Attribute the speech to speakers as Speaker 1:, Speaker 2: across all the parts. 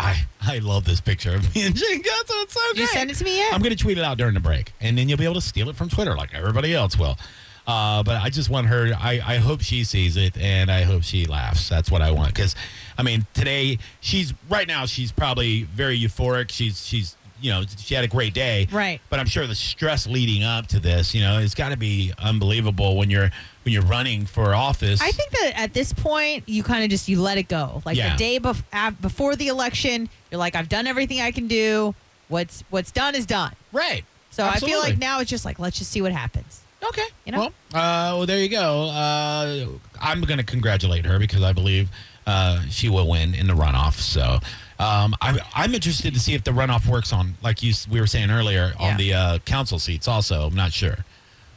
Speaker 1: I I love this picture of me and Jane Guthrie. It's so
Speaker 2: Did you
Speaker 1: great.
Speaker 2: send it to me yet?
Speaker 1: I'm going to tweet it out during the break, and then you'll be able to steal it from Twitter like everybody else will. Uh, but I just want her. I, I hope she sees it, and I hope she laughs. That's what I want. Because, I mean, today she's right now she's probably very euphoric. She's she's you know she had a great day.
Speaker 2: Right.
Speaker 1: But I'm sure the stress leading up to this, you know, it's got to be unbelievable when you're when you're running for office.
Speaker 2: I think that at this point, you kind of just you let it go. Like
Speaker 1: Yeah.
Speaker 2: the day bef- af- before the election, you're like, I've done everything I can do. What's what's done is done.
Speaker 1: right.
Speaker 2: So I
Speaker 1: Absolutely.
Speaker 2: feel like now it's just like let's just see what happens.
Speaker 1: Okay.
Speaker 2: You know?
Speaker 1: Well, uh, well, there you go. Uh, I'm going to congratulate her because I believe uh, she will win in the runoff. So um, I'm, I'm interested to see if the runoff works on, like you s- we were saying earlier, on
Speaker 2: Yeah.
Speaker 1: the uh, council seats also. I'm not sure.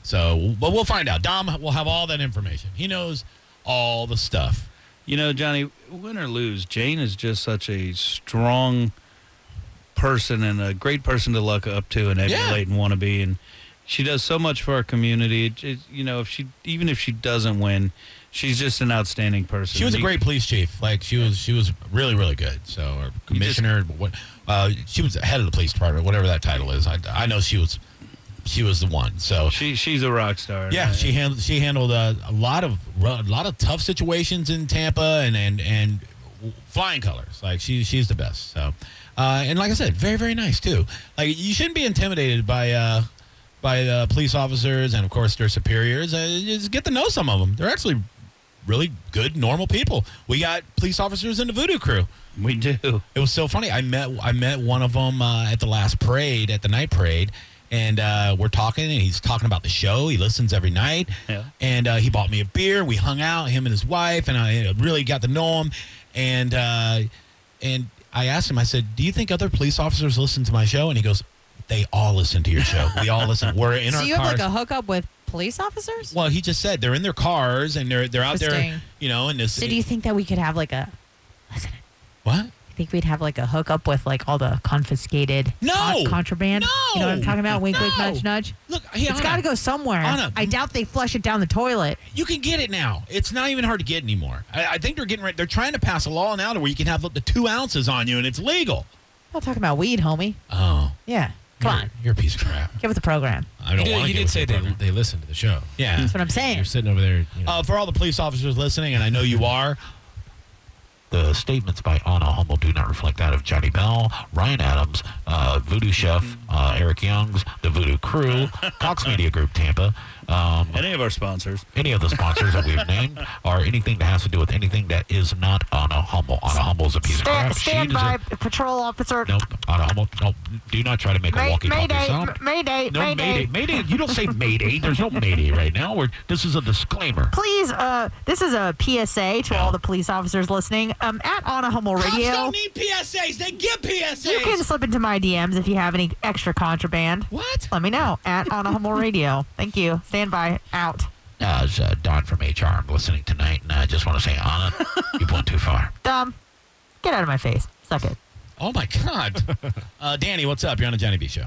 Speaker 1: So, but we'll find out. Dom will have all that information. He knows all the stuff.
Speaker 3: You know, Johnny, win or lose, Jane is just such a strong person and a great person to look up to and
Speaker 1: Yeah.
Speaker 3: emulate and want to be. And she does so much for our community. It, it, you know, if she even if she doesn't win, she's just an outstanding person.
Speaker 1: She was a
Speaker 3: You-
Speaker 1: great police chief. Like she was, she was really, really good. So, or commissioner, what? Uh, she was the head of the police department, whatever that title is. I, I know she was, she was the one. So
Speaker 3: She she's a rock star.
Speaker 1: yeah,
Speaker 3: Uh,
Speaker 1: she handled she handled uh, a lot of ru- a lot of tough situations in Tampa and and and flying colors. Like she she's the best. So, uh, and like I said, very very nice too. Like you shouldn't be intimidated by. Uh, by uh, police officers and of course their superiors, uh, just get to know some of them. They're actually really good, normal people. We got police officers in the Voodoo Crew.
Speaker 3: we do.
Speaker 1: It was so funny. I met I met one of them uh, at the last parade, at the night parade, and uh, we're talking, and he's talking about the show. He listens every night,
Speaker 3: Yeah.
Speaker 1: and uh, he bought me a beer. We hung out, him and his wife, and I really got to know him. And uh, and I asked him, I said, "Do you think other police officers listen to my show?" And he goes, "They all listen to your show. We all listen. We're in
Speaker 2: so
Speaker 1: our
Speaker 2: you
Speaker 1: cars."
Speaker 2: have like a hookup with police officers.
Speaker 1: well, he just said they're in their cars and they're they're out there,
Speaker 2: Interesting.
Speaker 1: you know, in this.
Speaker 2: So do you think that we could have like a? Listen,
Speaker 1: what?
Speaker 2: I think we'd have like a hookup with like all the confiscated
Speaker 1: No!
Speaker 2: con- contraband. You know what I'm talking about? Wink, wink,
Speaker 1: No!
Speaker 2: nudge, nudge.
Speaker 1: Look, hey,
Speaker 2: It's
Speaker 1: Anna,
Speaker 2: got to go somewhere.
Speaker 1: Anna.
Speaker 2: I doubt they flush it down the toilet.
Speaker 1: You can get it now. It's not even hard to get anymore. I, I think they're getting ready. They're trying to pass a law now to where you can have up to two ounces on you, and it's legal.
Speaker 2: I'm not talking about weed, homie.
Speaker 1: Oh,
Speaker 2: Yeah, come on,
Speaker 1: you're a piece of crap.
Speaker 2: get with the program.
Speaker 1: I don't
Speaker 4: you
Speaker 1: want
Speaker 4: did,
Speaker 1: to.
Speaker 4: you did say they, they listen to the show.
Speaker 1: Yeah.
Speaker 2: That's what I'm saying.
Speaker 4: You're sitting over there. You know,
Speaker 1: Uh, for all the police officers listening, and I know you are, the statements by Anna Hummel do not reflect that of Johnny Bell, Ryan Adams, uh, Voodoo Chef, uh, Eric Youngs, the Voodoo Crew, Cox Media Group Tampa. Um,
Speaker 3: Any of our sponsors.
Speaker 1: any of the sponsors that we've named or anything that has to do with anything that is not Anna Hummel. Anna Hummel is a piece of crap. she deserves-
Speaker 2: patrol officer.
Speaker 1: Nope, Anna Hummel. Nope. Do not try to make a walkie talkie sound.
Speaker 2: Mayday,
Speaker 1: no, Mayday. Mayday. You don't say Mayday. There's no Mayday right now. We're, this is a disclaimer.
Speaker 2: Please, uh, this is a PSA to all the police officers listening. Um, at Anna Hummel Radio,
Speaker 1: need PSAs. They give PSAs.
Speaker 2: you can slip into my DMs if you have any extra contraband.
Speaker 1: What?
Speaker 2: Let me know at Anna Hummel Radio. Thank you. Stand by. Out.
Speaker 1: Uh, it's, uh, Don from HR. I'm listening tonight, and I just want to say, Anna, you've went too far.
Speaker 2: Dumb. Get out of my face. Suck it.
Speaker 1: Oh, my God. Uh, Danny, what's up? You're on the Johnny B Show.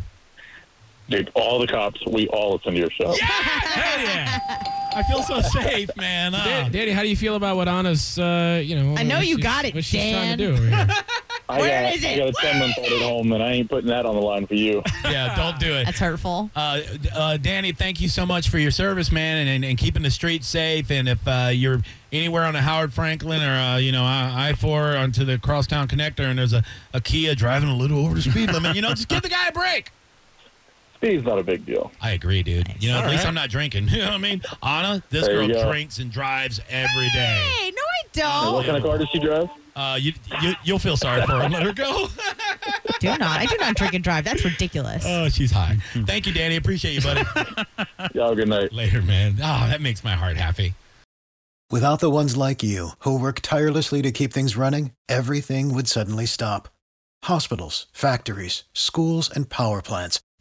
Speaker 5: Dude, all the cops, we all listen to your show.
Speaker 1: Hell yeah. I feel so safe, man. Uh,
Speaker 4: Dan- Danny, how do you feel about what Anna's? Uh, you know,
Speaker 2: I know
Speaker 4: what
Speaker 2: you
Speaker 4: she's-
Speaker 2: got it,
Speaker 4: What she's trying to
Speaker 2: Dan.
Speaker 4: do over here.
Speaker 5: I
Speaker 2: Where
Speaker 5: got,
Speaker 2: is it?
Speaker 5: I got a
Speaker 2: Where
Speaker 5: 10 month
Speaker 2: is
Speaker 5: old at home, and I ain't putting that on the line for you.
Speaker 1: yeah, don't do it.
Speaker 2: That's hurtful.
Speaker 1: Uh, uh, Danny, thank you so much for your service, man, and, and, and keeping the streets safe. And if uh, you're anywhere on a Howard Franklin or uh, you know I four onto the Crosstown Connector, and there's a, a Kia driving a little over the speed limit, you know, just give the guy a break.
Speaker 5: Speed's not a big deal.
Speaker 1: I agree, dude. You know, at least I'm not drinking. You know what I mean? Anna, this
Speaker 5: There you
Speaker 1: girl
Speaker 5: go.
Speaker 1: drinks and drives every day.
Speaker 2: Hey, no, I don't.
Speaker 5: What kind of car does she drive?
Speaker 1: Uh, you, you you'll feel sorry for her. Let her go.
Speaker 2: do not. I do not drink and drive. That's ridiculous.
Speaker 1: oh, she's high. Thank you, Danny. Appreciate you, buddy.
Speaker 5: Y'all, good night.
Speaker 1: Later, man. Oh, that makes my heart happy.
Speaker 6: Without the ones like you, who work tirelessly to keep things running, everything would suddenly stop. Hospitals, factories, schools, and power plants,